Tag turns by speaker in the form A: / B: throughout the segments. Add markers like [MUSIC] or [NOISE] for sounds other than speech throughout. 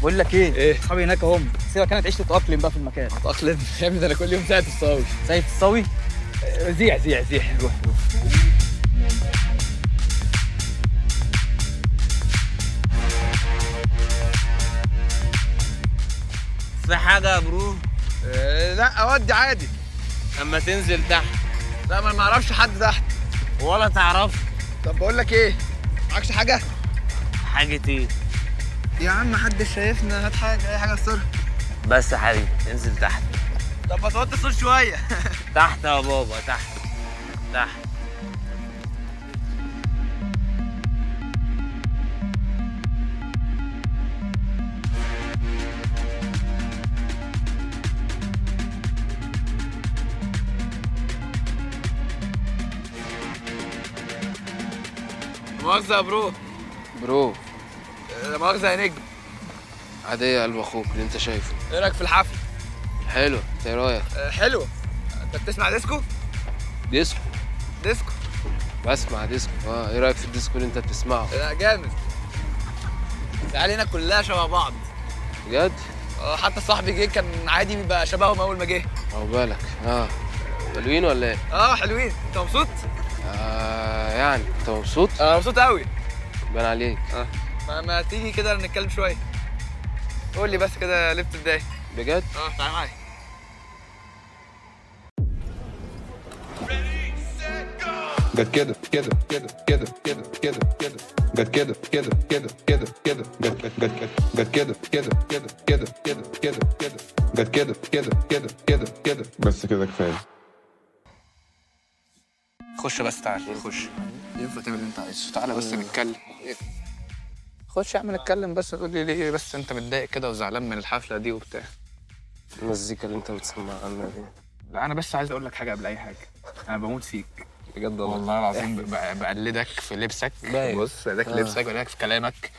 A: بقول لك ايه
B: ايه؟
A: اصحابي هناك اهم سيبك انا تعيش تتاقلم بقى في المكان
B: تأقلم يا ابني ده انا كل يوم ساعة الصاوي
A: سيد الصاوي
B: زيع زيع زيع روح روح
C: في حاجة يا برو
B: آه، لا اودي عادي
C: لما تنزل تحت
B: لا ما انا ما اعرفش حد تحت
C: ولا تعرف
B: طب بقول لك ايه معكش حاجه
C: حاجة ايه
B: يا عم حد شايفنا هات حاجه اي حاجه تصير
C: بس يا حبيبي انزل تحت
B: طب ما تقعد تصير شويه
C: تحت يا بابا تحت تحت
B: مؤاخذه يا برو
D: برو
B: آه، مؤاخذه يا نجم
D: عادية يا قلب اخوك اللي انت شايفه
B: ايه رايك في الحفله
D: حلو انت ايه رايك
B: آه، حلوه انت بتسمع ديسكو
D: ديسكو
B: ديسكو
D: بسمع ديسكو اه ايه رايك في الديسكو اللي انت بتسمعه
B: لا جامد العيال هنا كلها شبه بعض
D: بجد
B: آه، حتى صاحبي جه كان عادي بيبقى شبههم اول ما جه
D: او بالك اه حلوين ولا ايه
B: اه حلوين انت مبسوط
D: آه يعني انت مبسوط
B: انا مبسوط قوي
D: بان عليك
B: اه. ما, ما تيجي كده نتكلم شويه قول لي بس كده ليه بتتضايق
D: بجد
B: اه تعالى معايا
E: جت كده كده كده كده كده كده كده جت كده كده كده كده كده جت جت جت جت كده كده كده كده كده كده كده جت كده كده كده كده كده بس كده كفايه
F: خش بس تعال خش ينفع تعمل اللي انت عايزه آه. تعالى بس نتكلم خش يا عم نتكلم بس تقول لي ليه بس انت متضايق كده وزعلان من الحفله دي وبتاع
D: المزيكا اللي انت بتسمعها لنا دي
F: لا انا بس عايز اقول لك حاجه قبل اي حاجه انا بموت فيك
D: بجد والله
F: والله العظيم ب- ب- بقلدك في لبسك
D: باين.
F: بص ده في
D: آه.
F: لبسك بقلدك في كلامك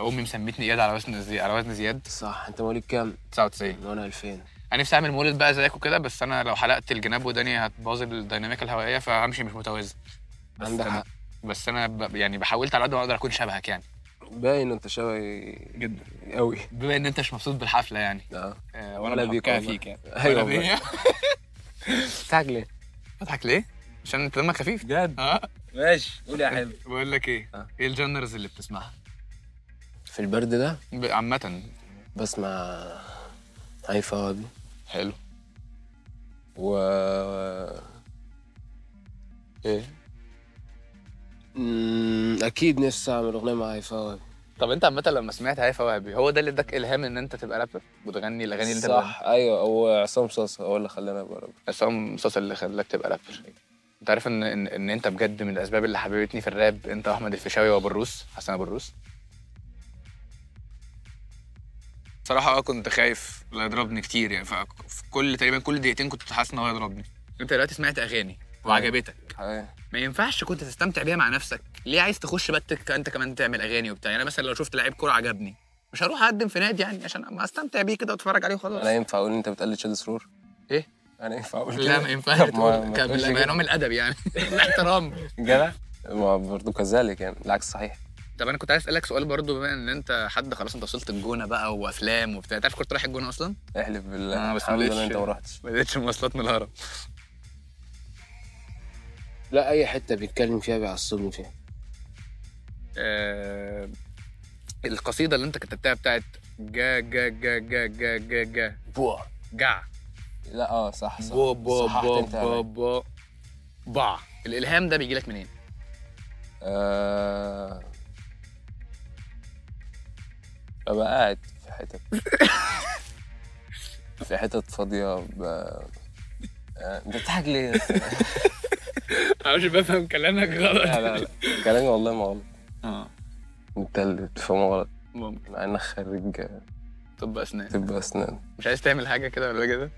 F: امي مسمتني اياد على وزن زي... على وزن زياد
D: صح انت مواليد كام
F: 99
D: وانا 2000
F: انا نفسي اعمل مولد بقى زيك وكده بس انا لو حلقت الجناب وداني هتبوظ الديناميكا الهوائيه فهمشي مش متوازن بس
D: عندك
F: أنا-
D: حق
F: بس انا ب... يعني بحاولت على قد ما اقدر اكون شبهك يعني
D: باين انت شبهي
F: جدا
D: قوي
F: بما ان انت مش مبسوط بالحفله يعني
D: اه
F: آه،
D: ولا
F: وانا
D: بيك
F: بيك
D: والله.
F: فيك يعني
D: ايوه
F: ولا [LAUGHS] بيا.
D: والله. بتضحك ليه؟
F: بضحك ليه؟ عشان انت دمك خفيف
C: بجد
F: اه
C: ماشي قول يا حبيبي
F: بقول لك ايه؟
D: آه.
F: ايه الجنرز اللي بتسمعها؟
D: في البرد ده
F: ب- عامة
D: بسمع هاي فوادي
F: حلو
D: و
F: ايه؟
D: إيه. مم، اكيد نفسي اعمل اغنيه مع هاي فوادي
F: طب انت عامة لما سمعت هيفا وهبي هو ده اللي اداك الهام ان انت تبقى رابر وتغني الاغاني اللي انت
D: صح ايوه هو عصام صاصا هو اللي خلاني ابقى رابر
F: عصام صاصا اللي خلاك تبقى رابر انت عارف ان ان, إن انت بجد من الاسباب اللي حببتني في الراب انت احمد الفيشاوي وابو الروس حسن ابو الروس صراحة اه كنت خايف لا يضربني كتير يعني ففي كل تقريبا كل دقيقتين كنت حاسس ان هو هيضربني انت دلوقتي سمعت اغاني وعجبتك
D: أيوة.
F: ما ينفعش كنت تستمتع بيها مع نفسك ليه عايز تخش بقى تك- انت كمان تعمل اغاني وبتاع يعني أنا مثلا لو شفت لعيب كوره عجبني مش هروح اقدم في نادي يعني عشان أما استمتع بيه كده واتفرج عليه وخلاص
D: انا ينفع اقول إن انت بتقلد شادي سرور؟
F: إيه؟
D: انا ينفع اقول
F: لا ما ينفعش تقول كان- نوع من الادب يعني [LAUGHS] الاحترام
D: جدع ما برضه كذلك يعني العكس صحيح
F: طب انا كنت عايز اسالك سؤال برضو بما ان انت حد خلاص انت وصلت الجونه بقى وافلام وبتاع تعرف كنت رايح الجونه اصلا؟
D: احلف بالله
F: آه، بس
D: الحمد لله
F: معلش.
D: انت ما رحتش
F: ما لقيتش مواصلات من الهرم
D: لا اي حته بيتكلم فيها بيعصبني فيها
F: آه... القصيده اللي انت كتبتها بتاعت جا جا جا جا جا جا جا
D: بوا
F: جع
D: لا اه صح صح
F: بو بو
D: صححت
F: بو
D: أنت يعني. عليا.
F: بو بو باع الالهام ده بيجي لك [LAUGHS] منين؟
D: آه... ببقى قاعد في [LAUGHS] حتت في حتت فاضية ب... آه، انت بتضحك ليه؟
F: انا مش بفهم كلامك
D: لا
F: غلط
D: لا [LAUGHS] لا كلامي والله ما غلط
F: اه
D: انت اللي بتفهمه غلط
F: ممكن
D: مع انك خريج
F: طب اسنان
D: طب اسنان
F: مش عايز تعمل حاجه كده ولا كده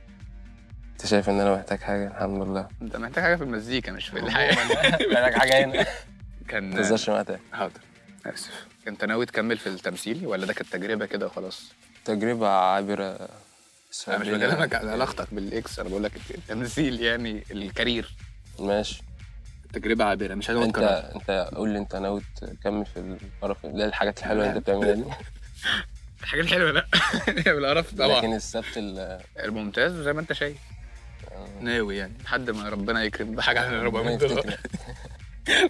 D: انت شايف ان انا محتاج حاجة الحمد لله
F: انت محتاج حاجه في المزيكا مش في الحياه
D: [LAUGHS] محتاج حاجة هنا ما
F: كان
D: تهزرش معايا تاني.
F: حاضر اسف انت ناوي تكمل في التمثيل ولا ده كانت تجربه كده وخلاص؟
D: تجربة عابرة
F: انا مش
D: سعودية.
F: بكلمك على علاقتك بالاكس انا بقول لك التمثيل يعني الكارير
D: ماشي
F: تجربه عابره مش هنقعد
D: انت
F: نكررها.
D: [LAUGHS] انت قول لي انت ناوي تكمل في القرف اللي هي الحاجات الحلوة اللي انت بتعملها دي
F: الحاجات الحلوه [LAUGHS] لا بالقرف طبعا
D: لكن السبت ال-
F: الممتاز وزي ما انت شايف ناوي يعني لحد ما ربنا يكرم بحاجه على ربع
D: آه. ربنا يعني.
F: مليون دولار
D: يفتكرك.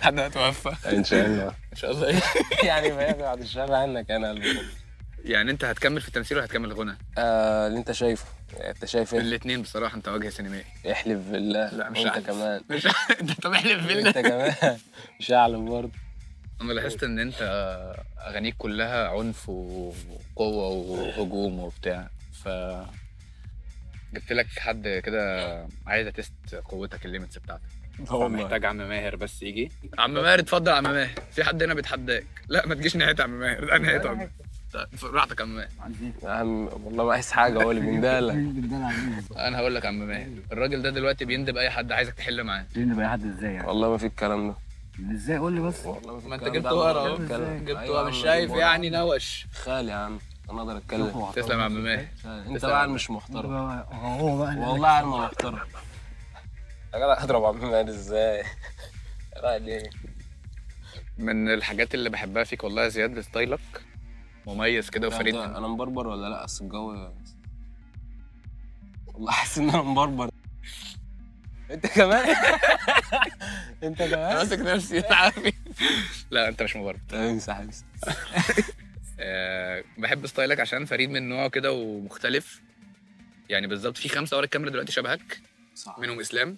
F: لحد ما توفى
D: ان شاء الله
F: ان شاء الله ايه
D: [LAUGHS] يعني ما يبعد الشر عنك انا قلبي
F: يعني انت هتكمل في التمثيل وهتكمل غنى
D: آه اللي انت شايفه انت شايف إيه؟
F: الاثنين بصراحه انت وجه [LAUGHS] سينمائي
D: احلف بالله
F: لا، مش
D: وانت
F: عارف.
D: كمان
F: مش انت طب احلف بالله
D: انت كمان [LAUGHS] مش هعلم برضه
F: انا لاحظت ان انت اغانيك كلها عنف وقوه وهجوم وبتاع ف جبت لك حد كده عايز تست قوتك الليمتس بتاعتك محتاج عم ماهر بس يجي عم ماهر اتفضل يا عم ماهر في حد هنا بيتحداك لا ما تجيش نهايه عم ماهر ده نهايه عم ماهر طيب، براحتك يا عم ماهر
D: عم والله ما عايز حاجه هو اللي بندالك
F: انا هقول لك يا عم ماهر الراجل ده دلوقتي بيندب اي حد عايزك تحل معاه
D: والله ما في الكلام ده
A: ازاي قول لي بس
D: والله في
F: ما انت
D: الكلام
F: جبت
D: ده، أنا
F: ورا
D: أقدر
F: اهو
D: أتكلم.
F: جبت
D: أيوة
F: ورا
D: يا
F: مش
D: عم،
F: شايف
D: ورا.
F: يعني نوش
D: خالي يا عم انا اقدر اتكلم
F: تسلم يا عم ماهر
D: انت بقى اللي مش محترم
A: هو بقى اللي-
D: والله انا ما محترم يا جدع اضرب عم ماهر ازاي [LAUGHS] يا جدع ليه
F: من الحاجات اللي بحبها فيك والله يا زياد ستايلك مميز كده وفريد
D: ده انا مبربر ولا لا اصل الجو والله حاسس ان انا مبربر انت
G: [LAUGHS]
D: كمان انت كمان
F: ماسك نفسي تعافي لا انت مش مبرر
D: [LAUGHS] طيب امسح امسح
F: أه بحب ستايلك عشان فريد من نوعه كده ومختلف يعني بالظبط في خمسه ورا الكاميرا دلوقتي شبهك
D: صح
F: منهم اسلام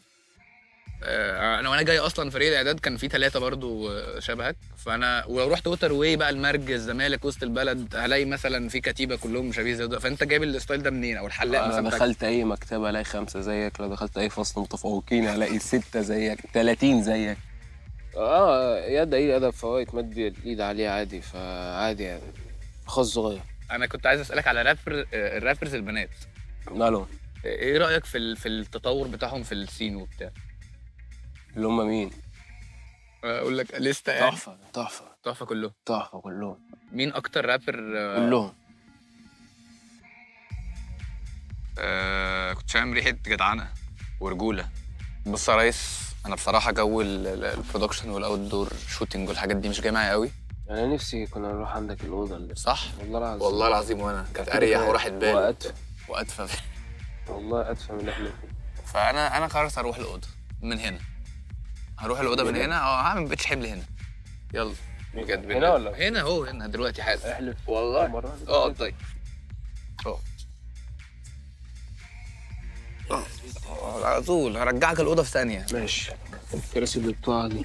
F: أه انا وانا جاي اصلا فريق الاعداد كان في ثلاثه برضو آه، شبهك فانا ولو رحت ووتر واي بقى المرج الزمالك وسط البلد هلاقي مثلا في كتيبه كلهم شبيه زي ده فانت جايب الستايل ده منين او الحلاق
D: انا
F: مثلا بتاع-
D: آه، دخلت اي مكتبه الاقي خمسه زيك لو دخلت اي فصل متفوقين الاقي سته زيك 30 زيك
G: اه يد ايه ادب فوائد مدي الايد عليها عادي فعادي يعني خاص صغير
F: انا كنت عايز اسالك على رابر آه، الرابرز البنات
D: مالهم
F: ايه رايك في ال- في التطور بتاعهم في السين وبتاع
D: اللي هم مين
F: اقول لك لسته يعني
G: تحفه تحفه
F: تحفه كله
G: تحفه كلهم
F: مين اكتر رابر آه،
G: كلهم
F: آه كنت شامم ريحه جدعنه ورجوله بص يا ريس انا بصراحه جو ال- ال- البرودكشن والاوت دور شوتنج والحاجات دي مش جايه معايا قوي
G: انا نفسي كنا نروح عندك الاوضه اللي
F: صح
G: والله العظيم
F: والله العظيم وانا كانت اريح وراحت بالي
G: وأدفى.
F: واتفه
G: والله ادفى من اللي احنا فيه
F: فانا انا قررت اروح الاوضه من هنا هروح الاوضه من هنا اه هعمل بيتش حمل هنا يلا بجد
G: هنا ولا
F: هنا اهو هنا دلوقتي حالا
G: احلف
F: والله
G: مره
F: اه طيب اه آه، على طول هرجعك الاوضه في ثانيه
G: ماشي الكراسي اللي بتقع دي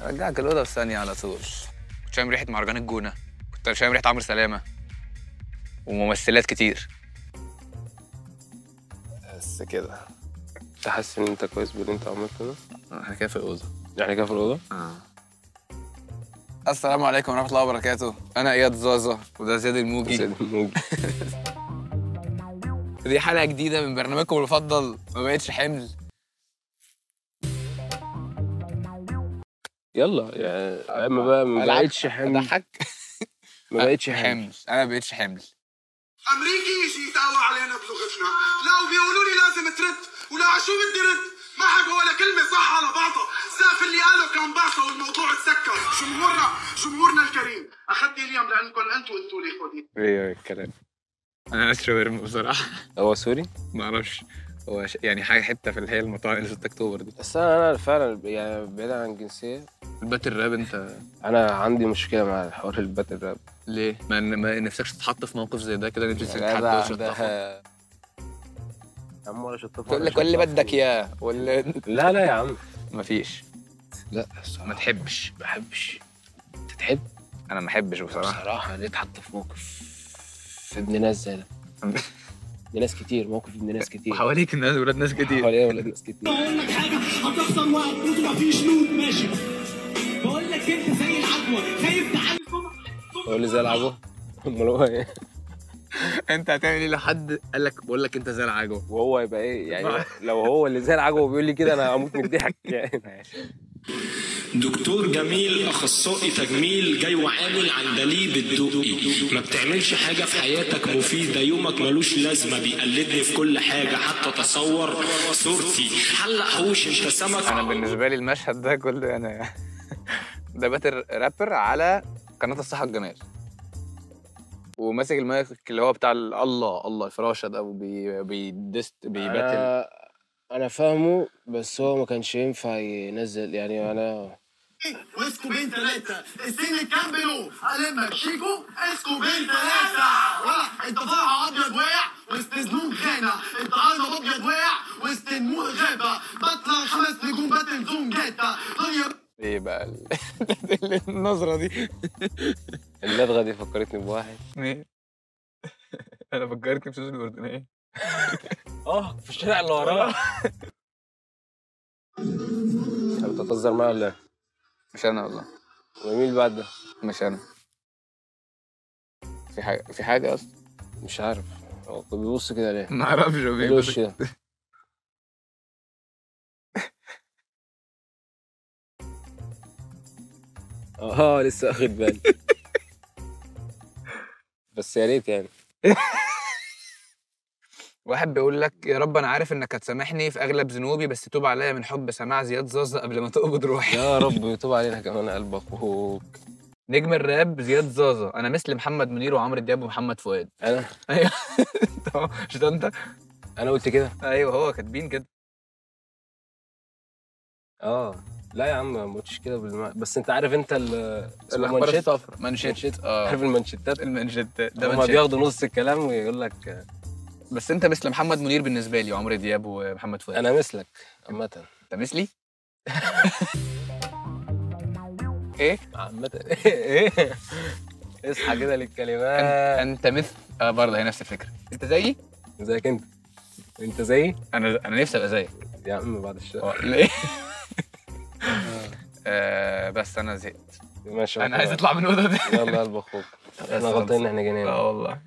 F: هرجعك الاوضه في ثانيه على طول كنت شامم ريحه مهرجان الجونه كنت شامم ريحه عمرو سلامه وممثلات كتير
G: بس كده انت حاسس ان انت كويس باللي انت عملته ده
F: احنا كده في الاوضه
G: يعني كده في [LAUGHS] الاوضه
F: السلام عليكم ورحمه الله وبركاته انا اياد زازا وده زياد الموجي دي حلقه جديده من برنامجكم المفضل ما بقتش حمل
G: يلا يعني ما بقى ما
F: ألعب.
G: بقتش حمل
F: اضحك
G: ما بقتش حمل
F: حمل انا ما بقتش حمل
H: امريكي يجي يتقوى علينا بلغتنا لا وبيقولوا لي لازم ترد ولا عشو بدي رد ما حكوا ولا كلمة صح على بعضها سقف اللي قاله كان بعصى والموضوع اتسكر جمهورنا جمهورنا الكريم أخذت اليوم لعندكم أنتوا أنتوا لي خدي
F: أيوة،
D: ايه الكلام
F: انا مش شاورما بصراحه
D: هو سوري
F: [LAUGHS] ما اعرفش هو ش- يعني حاجه حته في اللي هي المطاعم اللي 6 اكتوبر دي
G: بس انا انا فعلا يعني بعيدا عن الجنسيه
F: الباتل راب انت
G: انا عندي مشكله مع الحوار الباتل راب
F: ليه؟ ما, ما نفسكش تتحط في موقف زي ده كده نجي
D: جدع
F: تتحط وتشطفه.
D: ده
G: يا عم ولا شطفها
F: تقول
G: ولا
F: لك اللي
G: شطفها.
F: بدك اياه ولا
G: لا لا يا عم
F: [LAUGHS] مفيش
G: لا
F: ما تحبش
G: ما احبش تتحب
F: انا ما احبش بصراحه
G: بصراحه ليه اتحط في موقف في ابن ناس زي ده ابن ناس كتير موقف ابن ناس كتير
F: حواليك الناس ولاد ناس كتير
G: حواليا ولاد ناس كتير
I: بقول لك حاجه هتحصل وقت تطلع فيه جنود ماشي بقول لك انت زي العجوه خايف تعلم
G: هو اللي زي [LAUGHS] العبه امال هو ايه
F: انت هتعمل ايه لو حد قال لك بقول لك انت زي العجوه
G: وهو يبقى ايه يعني لو هو اللي زي العجوه بيقول لي كده انا هموت من الضحك يعني
J: دكتور جميل اخصائي تجميل جاي وعامل عندليب الدقي ما بتعملش حاجه في حياتك مفيده يومك ملوش لازمه بيقلدني في كل حاجه حتى تصور صورتي حلق حوش انت سمك
F: انا بالنسبه لي المشهد [LAUGHS] ده كله انا ده باتل رابر على قناه الصحه والجمال
K: وماسك المايك اللي هو بتاع ال- الله الله الفراشه ده وبي- بيدست
D: آه.
K: بيباتل
G: آه،
L: انا انا فاهمه بس هو ما كانش ينفع ينزل يعني انا
H: واسكوبين ثلاثة السن كملوا ألمك شيكو اسكوبين ثلاثة ولا انت فرع أبيض واقع واستسنون خانة انت عايزة أبيض واقع واستنموه غابة بطلع خمس نجوم باتل زون جاتا دنيا
D: ايه بقى ال-
F: [LAUGHS]
D: النظرة دي اللدغة دي فكرتني بواحد
F: مين؟ انا فكرت بسوس الاردنيه
D: اه في الشارع اللي وراه
L: انت بتهزر معايا ولا إيه؟
K: مش انا والله
L: ومين اللي بعد ده؟
K: مش انا في حاجه في حاجه اصلا
L: مش عارف هو بيبص كده ليه؟
F: ما اعرفش هو
L: إيه الوش
F: بيبص- [LAUGHS]
L: ده؟
D: آه،
L: اه لسه واخد بالي بس يا ريت يعني
F: واحد بيقول لك يا رب انا عارف انك هتسامحني في اغلب ذنوبي بس توب عليا من حب سماع زياد زازا قبل ما تقبض روحي
D: يا رب يتوب علينا كمان قلب اخوك
F: نجم الراب زياد زازا انا مثل محمد منير وعمرو دياب ومحمد فؤاد [LAUGHS]
D: انا
F: ايوه أنت هو- مش ده انت
D: انا قلت كده
F: ايوه هو كاتبين كده
D: اه لا يا عم ما قلتش كده بالمعنى بس انت عارف انت ال-
F: الأخبار
D: المانشيت
F: منشيت [LAUGHS]
D: عارف المانشيتات
F: المنشيت آه. ده
D: هما
F: منشيت
D: بياخدوا نص الكلام ويقول لك
F: بس انت مثل محمد منير بالنسبه لي وعمرو دياب ومحمد فؤاد
D: انا مثلك عامة
F: انت
D: [LAUGHS]
F: مثلي إيه؟
D: عامة ايه اصحى كده للكلمات
F: انت مثل اه برضه هي نفس الفكره انت زيي
D: زيك انت انت زيي
F: انا انا نفسي ابقى زيك
D: يا عم بعد الشر [LAUGHS]
F: اه، ليه [LAUGHS] آه، بس انا زهقت
D: ماشي
F: انا عايز
D: خلاص.
F: اطلع من الاوضه دي
D: يلا قلب اخوك احنا غلطانين ان احنا جنان
F: اه والله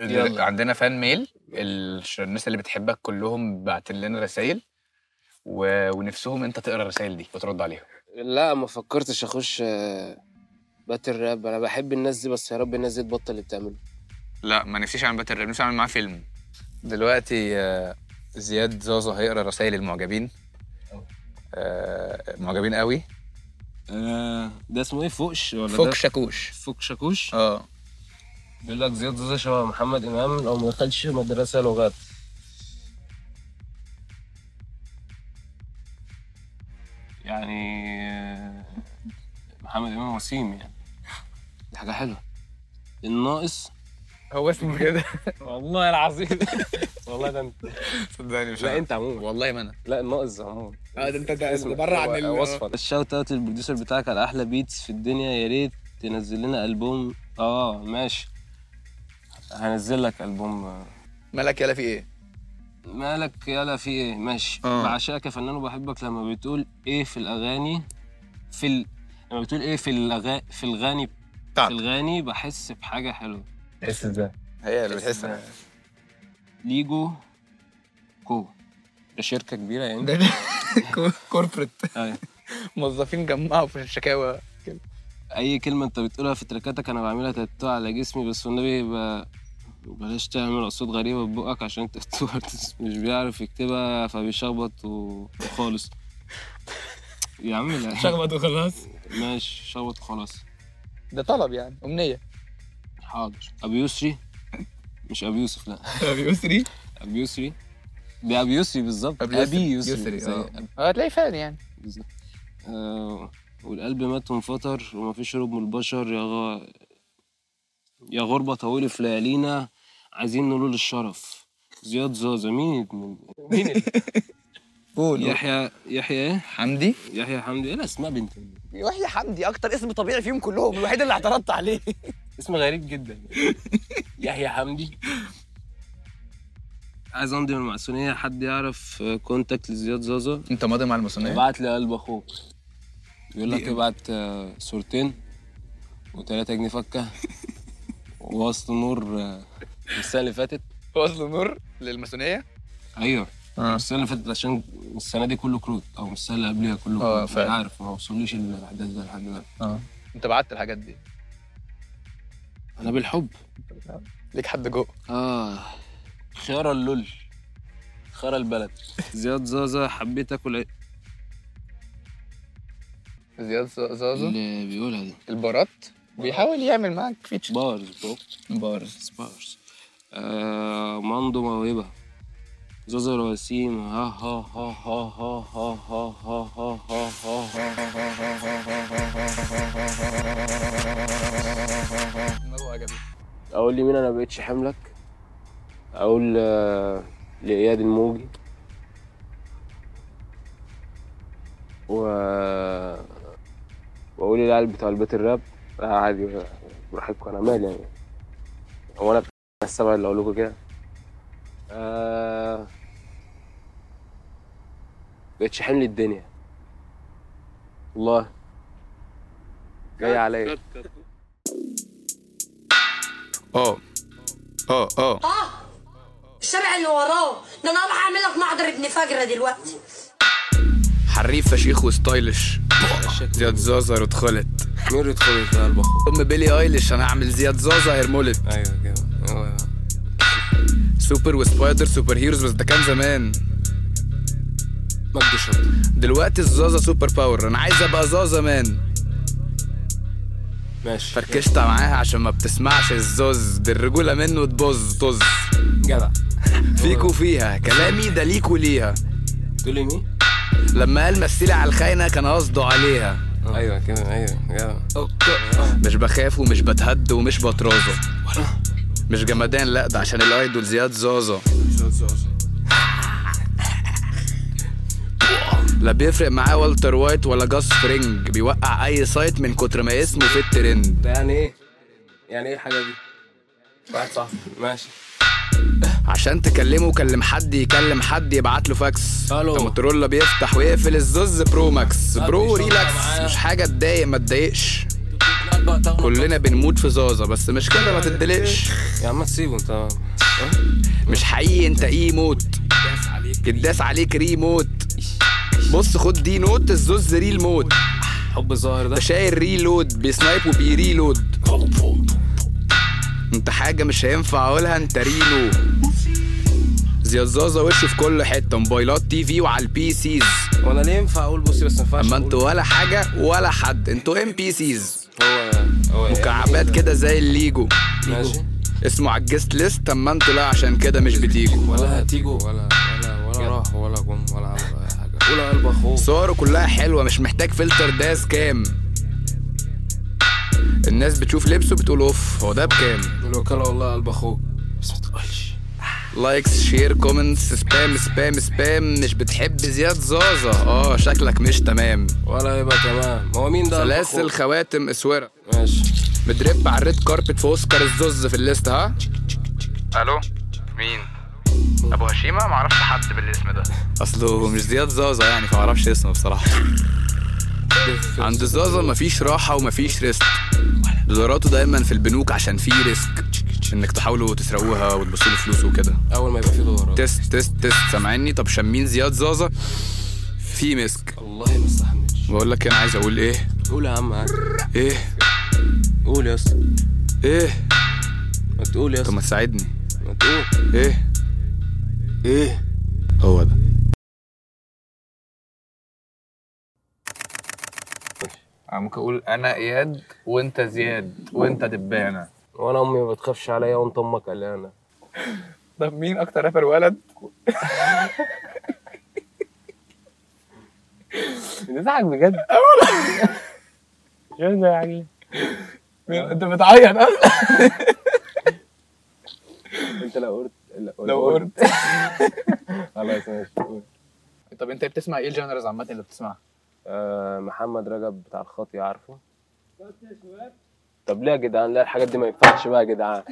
D: يلا.
F: عندنا فان ميل الش- الناس اللي بتحبك كلهم بعتلنا لنا رسايل و... ونفسهم انت تقرا الرسائل دي وترد عليهم
L: لا ما فكرتش اخش آه، باتل راب انا بحب الناس دي بس يا رب الناس دي تبطل اللي بتعمله
F: لا ما نفسيش اعمل باتل راب نفسي اعمل معاه فيلم
K: دلوقتي آه، زياد زازا هيقرا رسائل المعجبين آه، معجبين قوي
D: ده اسمه ايه فوقش ولا
F: فوق شاكوش
D: فوق شاكوش
F: اه
D: بيقول لك زياد زازا شبه محمد امام لو ما دخلش مدرسه لغات يعني آه، محمد امام وسيم يعني
L: دي حاجه حلوه
D: الناقص
F: هو اسمه كده
D: والله العظيم [LAUGHS] والله ده انت
F: صدقني مش
D: لا انت عموما
F: والله ما انا
D: لا الناقص عموما
F: اه ده انت ده
D: اسمك.
F: بره عن
D: هو-
F: ال-
D: وصفة الشوت اوت البروديوسر بتاعك على احلى بيتس في الدنيا يا ريت تنزل لنا البوم اه ماشي هنزل لك البوم
F: مالك يلا في ايه
D: مالك يلا في ايه ماشي
F: آه.
D: بعشقك يا فنان وبحبك لما بتقول ايه في الاغاني في ال... لما بتقول ايه في الأغا... في الغاني
F: طب.
D: في الغاني بحس بحاجه حلوه
F: تحس ازاي
K: هي اللي بتحسها
D: ليجو كو ده شركه كبيره يعني
F: ده كوربريت
A: أيوه.
D: أيوة.
F: موظفين جمعوا في الشكاوى
D: اي كلمه انت بتقولها في تركاتك انا بعملها تاتو على جسمي بس والنبي ب... بلاش تعمل اصوات غريبه ببقك عشان التاتو ارتست مش بيعرف يكتبها فبيشخبط و- وخالص يا عم لا
F: شخبط وخلاص
D: ماشي شخبط خلاص
F: ده طلب يعني امنيه
D: حاضر ابو يسري مش ابو
F: [LAUGHS]
D: يوسف لا
F: يسري
D: ابو يسري ده ابو يسري بالظبط
F: أبي يسري.
D: ابي يسري
F: يسري،
D: زي
F: آه.
D: أبي-
F: هتلاقي فان يعني
D: بالظبط. آه، والقلب مات وانفطر ومفيش هروب من البشر يا غ... يا غربة طويلة في ليالينا عايزين نلول الشرف زياد زازا مين مين
F: قول
D: يحيى يحيى ايه؟
F: حمدي
D: يحيى حمدي ايه الاسماء بنت
F: يحيى حمدي اكتر اسم طبيعي فيهم كلهم الوحيد اللي اعترضت عليه
D: اسم غريب جدا يحيى حمدي عايز امضي من المعسونية حد يعرف كونتاكت لزياد زازا
F: انت ماضي مع الماسونيه
D: ابعت لي قلب اخوك بيقول لك ابعت آه، صورتين وتلاتة جنيه فكه ووصل نور آه، السنه اللي فاتت
F: وصل نور للماسونيه
D: ايوه
F: آه.
D: السنه اللي فاتت عشان السنه دي كله كروت او السنه اللي قبلها كله
F: آه،
D: كروت
F: فعلا.
D: مش عارف ما وصلنيش الاحداث ده لحد دلوقتي
F: انت بعت الحاجات دي
D: انا بالحب
F: ليك حد جوه
D: اه خيار اللول خيار البلد [LAUGHS] زياد زازا حبيت اكل عيش.
F: زياد زازا
D: اللي بيقولها دي
F: البارات
B: بيحاول يعمل معاك فيتش
D: بارز برو
B: بارز
D: سبارز E, آه ماندو موهبة زوزو رواسيم ها ها ها ها ها ها ها ها ها ها ها ها اقول لمين انا مبقتش حملك اقول آه، لاياد الموجي و واقول للعيال بتوع البيت الراب آه، عادي بقى، براحتكم انا مالي يعني هو انا السبعه اللي اقول لكم كده آه... بقتش حمل الدنيا والله جاي عليا
E: اه اه اه
M: الشارع اللي وراه ده انا هروح اعمل لك محضر ابن فجره دلوقتي
F: حريف فشيخ وستايلش زياد زازا اتخلت
D: مين يدخل في قلبك
F: ام بيلي ايليش انا هعمل زياد زازا هيرمولت
D: ايوه كده هو ده.
F: سوبر وسبايدر سوبر هيروز بس ده كان زمان
D: مجدي شطر
F: دلوقتي الزازا سوبر باور انا عايز ابقى زازا مان
D: ماشي
F: فركشت معاها عشان ما بتسمعش الزوز دي الرجوله منه تبوظ طز طيب،
D: جدع
F: فيك وفيها كلامي ده ليك وليها
D: تقول لي مين؟
F: لما قال مثلي على الخاينه كان قصده عليها
D: ايوه كده ايوه جدع
F: مش بخاف ومش بتهد ومش بترازى مش جمدان لا ده عشان الايدول زياد زازا لا بيفرق معاه والتر وايت ولا جاس فرينج بيوقع اي سايت من كتر ما اسمه في الترند
D: ده يعني
F: إيه؟
D: ايه؟ يعني ايه الحاجه دي؟ واحد صاحبي ماشي
F: عشان تكلمه كلم حد يكلم حد يبعت له فاكس
D: ألو.
F: انت موتورولا بيفتح ويقفل الزوز برو ماكس برو
D: بيشرب
F: ريلاكس
D: معاه.
F: مش حاجه تضايق ما تضايقش كلنا بنموت في زازا بس مش كده ما تتدلقش
D: يا عم تسيبه انت
F: مش حقيقي انت ايه موت يتداس عليك ريموت بص خد دي نوت الزوز ريل موت
D: حب الظاهر ده
F: ده شايل ريلود بيسنايب وبيريلود انت حاجة مش هينفع اقولها انت ريلو زياد زازا وشه في كل حتة موبايلات تي في وعلى البي سيز
D: وانا ليه ينفع اقول بصي بس ما ينفعش
F: اما
D: أقول.
F: انتوا ولا حاجة ولا حد انتوا ام بي سيز
D: هو هو إيه؟
F: مكعبات كده زي الليجو
D: ماشي
F: اسمه على الجست ليست اما انتوا لا عشان كده مش بتيجوا
D: ولا هتيجوا ولا ولا ولا راح ولا جم ولا عملوا اي حاجه ولا قلب اخوه
F: صوره كلها حلوة مش محتاج فلتر داس كام الناس بتشوف لبسه بتقول اوف هو ده بكام
D: الوكاله والله قلب اخوك بس ما تقولش
F: لايكس شير كومنتس سبام سبام سبام مش بتحب زياد زازا اه شكلك مش تمام
D: ولا يبقى تمام هو مين ده قلب
F: سلاسل
D: أخوك؟
F: خواتم اسوره
D: ماشي
F: مدرب على الريد كاربت في اوسكار الزوز في الليست ها الو مين ابو هشيمه معرفش حد بالاسم ده اصله هو مش زياد زازا يعني فمعرفش اسمه بصراحه عند زازا مفيش راحه ومفيش ريسك دولاراته دايما في البنوك عشان في ريسك انك تحاولوا تسرقوها وتبصوا له فلوسه وكده
D: اول ما يبقى في دولارات
F: تست تست تست سامعني طب شمين زياد زازا في مسك
D: والله ما استحملش
F: بقول لك انا عايز اقول ايه
D: قول يا عم عادي.
F: ايه
D: قول يا اسطى
F: ايه
D: ما تقول يا
F: طب
D: اسطى
F: ما تساعدني
D: ما تقول
F: ايه
D: ايه
F: هو ده
B: انا ممكن اقول انا اياد وانت زياد وانت دبانه
D: وانا امي ما بتخافش عليا وانت امك قلقانه
B: طب مين اكتر رابر ولد بتضحك [LAUGHS] بجد اولا انت [LAUGHS] بتعيط اصلا
D: انت لو قلت
B: لو قلت
D: خلاص ماشي قول.
B: طب انت بتسمع ايه الجانرز عامه اللي بتسمعها
D: آه، محمد رجب بتاع الخطي عارفه طب ليه يا جدعان لا الحاجات دي ما ينفعش بقى يا جدعان